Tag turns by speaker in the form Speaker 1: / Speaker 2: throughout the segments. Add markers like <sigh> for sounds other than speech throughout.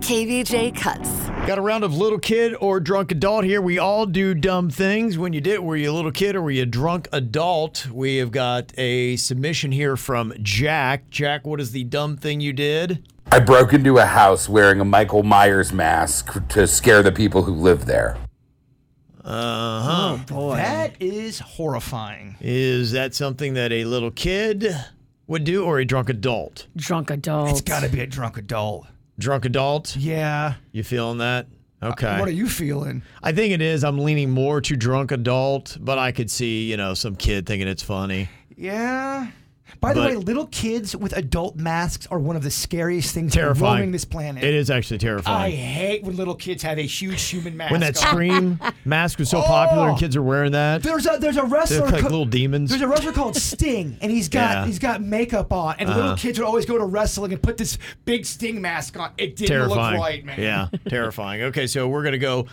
Speaker 1: KVJ cuts.
Speaker 2: Got a round of little kid or drunk adult here. We all do dumb things. When you did, were you a little kid or were you a drunk adult? We have got a submission here from Jack. Jack, what is the dumb thing you did?
Speaker 3: I broke into a house wearing a Michael Myers mask to scare the people who live there.
Speaker 2: Uh huh.
Speaker 4: That is horrifying.
Speaker 2: Is that something that a little kid would do or a drunk adult?
Speaker 5: Drunk adult.
Speaker 4: It's got to be a drunk adult.
Speaker 2: Drunk adult?
Speaker 4: Yeah.
Speaker 2: You feeling that? Okay.
Speaker 4: What are you feeling?
Speaker 2: I think it is. I'm leaning more to drunk adult, but I could see, you know, some kid thinking it's funny.
Speaker 4: Yeah. By the
Speaker 2: But-
Speaker 4: way, little kids with adult masks are one of the scariest things
Speaker 2: Terrifying.
Speaker 4: roaming this planet.
Speaker 2: It is actually
Speaker 4: I
Speaker 2: terrifying.
Speaker 4: hate when little kids have a huge human mask.
Speaker 2: when that
Speaker 4: on. <laughs>
Speaker 2: scream mask was so popular and
Speaker 4: Oh!
Speaker 2: kids are wearing that.
Speaker 4: There's a there's a
Speaker 2: They
Speaker 4: wrestler.
Speaker 2: look like
Speaker 4: co-
Speaker 2: little demons.
Speaker 4: There's a wrestler called Sting, and he's got
Speaker 2: Yeah. Uh-huh.
Speaker 4: he's got makeup on, and little kids would always go to wrestling and put this big Sting mask on. It didn't
Speaker 2: terrifying.
Speaker 4: look right, man. <laughs>
Speaker 2: Yeah, terrifying. Okay, so we're gonna go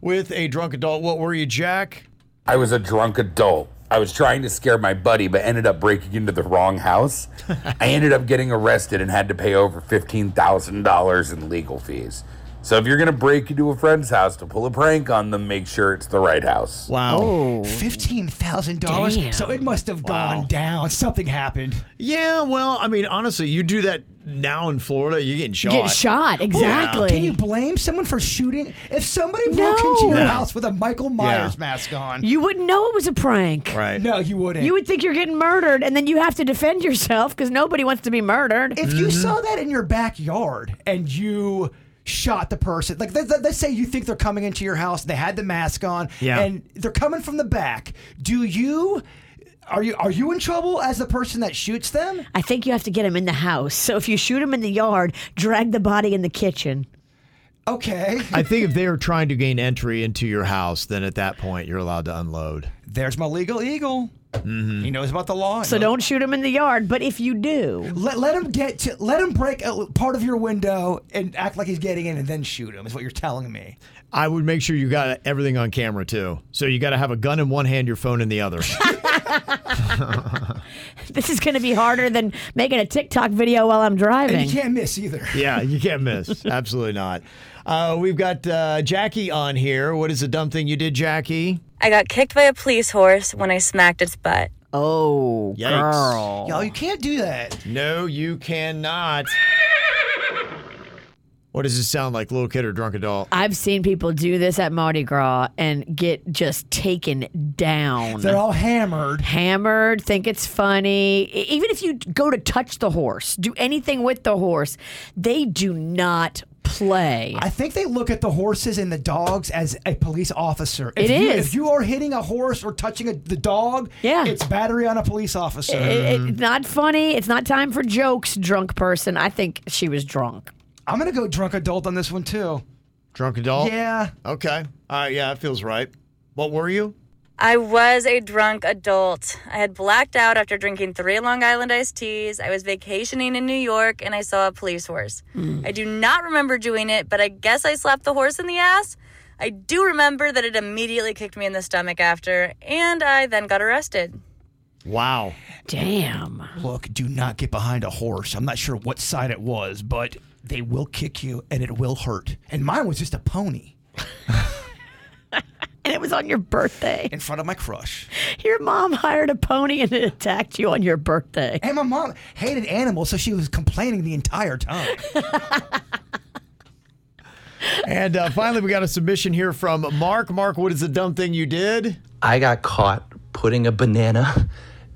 Speaker 2: with a drunk adult. What were you, Jack?
Speaker 3: I was a drunk adult. I was trying to scare my buddy, but ended up breaking into the wrong house. I ended up getting arrested and had to pay over $15,000 in legal fees. So if you're going to break into a friend's house to pull a prank on them, make sure it's the right house.
Speaker 2: Wow.
Speaker 4: Oh. Fifteen thousand dollars.
Speaker 5: Damn.
Speaker 4: So it must have gone down. Something happened.
Speaker 2: Yeah. Well, I mean, honestly, you do that now in Florida, you're getting shot.
Speaker 5: Get shot. Exactly.
Speaker 4: Can you blame someone for shooting? If somebody broke into your
Speaker 5: No.
Speaker 4: house with a Michael Myers mask on,
Speaker 5: You wouldn't know it was a prank.
Speaker 2: Right.
Speaker 4: no, you wouldn't.
Speaker 5: You would think you're getting murdered, and then you have to defend yourself because nobody wants to be murdered.
Speaker 4: if you saw that in your backyard and you shot the person, like let's, let's say you think they're coming into your house, they had the mask on,
Speaker 2: Yeah.
Speaker 4: and they're coming from the back. Do you? Are you are you in trouble as the person that shoots them?
Speaker 5: I think you have to get him in the house. So if you shoot him in the yard, drag the body in the kitchen.
Speaker 4: Okay,
Speaker 2: I think if they are trying to gain entry into your house, then at that point you're allowed to unload.
Speaker 4: there's my legal eagle. He knows about the law.
Speaker 5: Mm-hmm. So don't shoot him in the yard. But if you do,
Speaker 4: Let, let him get to let him break a, part of your window and act like he's getting in and then shoot him is what you're telling me.
Speaker 2: I would make sure you got everything on camera too. So you got to have a gun in one hand, your phone in the other.
Speaker 5: this is going to be harder than making a TikTok video while I'm
Speaker 4: And
Speaker 5: driving.
Speaker 4: you can't miss either.
Speaker 2: yeah, you can't miss. Absolutely not. Uh, we've got uh, Jackie on here. What is the dumb thing you did, Jackie?
Speaker 6: I got kicked by a police horse when I smacked its butt.
Speaker 5: Oh,
Speaker 2: Yikes.
Speaker 5: girl.
Speaker 4: Y'all, you can't do that.
Speaker 2: No, you cannot. What does this sound like, little kid or drunk adult?
Speaker 5: I've seen people do this at Mardi Gras and get just taken down.
Speaker 4: They're all hammered.
Speaker 5: hammered, think it's funny. E- Even if you go to touch the horse, do anything with the horse, they do not play.
Speaker 4: I think they look at the horses and the dogs as a police officer. If
Speaker 5: It
Speaker 4: you,
Speaker 5: is.
Speaker 4: If you are hitting a horse or touching a, the dog,
Speaker 5: Yeah.
Speaker 4: it's battery on a police officer.
Speaker 5: I- I- it's not funny. It's not time for jokes, drunk person. I think she was drunk.
Speaker 4: I'm gonna go drunk adult on this one too.
Speaker 2: Drunk adult?
Speaker 4: Yeah.
Speaker 2: Okay. All right. Yeah, that feels right. What were you?
Speaker 6: I was a drunk adult. I had blacked out after drinking three Long Island iced teas. I was vacationing in New York and I saw a police horse. I do not remember doing it, but I guess I slapped the horse in the ass. I do remember that it immediately kicked me in the stomach after, and I then got arrested.
Speaker 2: Wow.
Speaker 5: Damn.
Speaker 4: Look, do not get behind a horse. I'm not sure what side it was, but they will kick you and it will hurt. And mine was just a pony
Speaker 5: And it was on your
Speaker 4: <laughs>
Speaker 5: birthday.
Speaker 4: in front of my crush.
Speaker 5: Your mom hired a pony and it attacked you on your birthday.
Speaker 4: And my mom hated animals, so she was complaining the entire <laughs> time.
Speaker 2: And uh, finally, we got a submission here from Mark. Mark, what is the dumb thing you did?
Speaker 7: I got caught putting a banana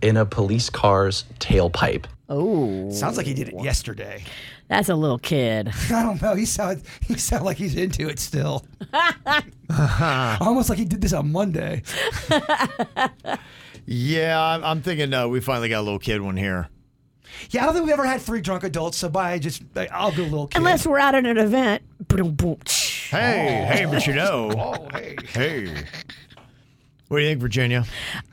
Speaker 7: in a police car's tailpipe.
Speaker 4: Sounds like he did it yesterday.
Speaker 5: That's a little kid.
Speaker 4: I don't know. He sound <laughs> he sound like he's into it still. Almost like he did this on Monday.
Speaker 2: Yeah, I'm, I'm thinking uh, we finally got a little kid one here.
Speaker 4: Yeah, I don't think we've ever had three drunk adults, so by just, I- I'll do a little kid.
Speaker 5: Unless we're out at an event. Boom-boom-tsh.
Speaker 2: Hey, hey, but you know.
Speaker 4: <laughs> oh, hey.
Speaker 2: Hey. What do you think, Virginia?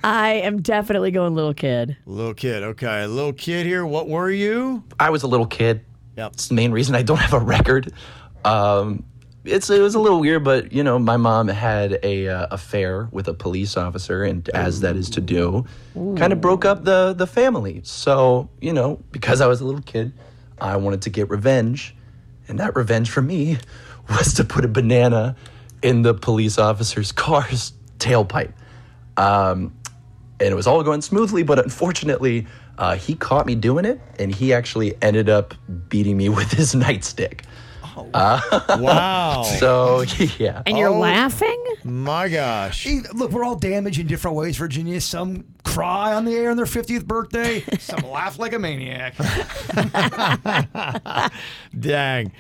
Speaker 5: I am definitely going little kid.
Speaker 2: Little kid. Okay. Little kid here. What were you?
Speaker 7: I was a little kid.
Speaker 2: Yep.
Speaker 7: It's the main reason I don't have a record. Um, it's it was a little weird, but you know, my mom had a uh, affair with a police officer, and as that is to do, kind of broke up the the family. So you know, because I was a little kid, I wanted to get revenge, and that revenge for me <laughs> was to put a banana in the police officer's <laughs> car's tailpipe. Um, and it was all going smoothly. But unfortunately, uh, he caught me doing it, and he actually ended up beating me <laughs> with his nightstick.
Speaker 2: Wow.
Speaker 7: So <laughs> yeah,
Speaker 5: And you're
Speaker 2: Oh.
Speaker 5: laughing?
Speaker 2: My gosh.
Speaker 4: Hey, Look, we're all damaged in different ways, Virginia. Some cry on the air on their 50th birthday, some laugh like a maniac.
Speaker 2: Dang.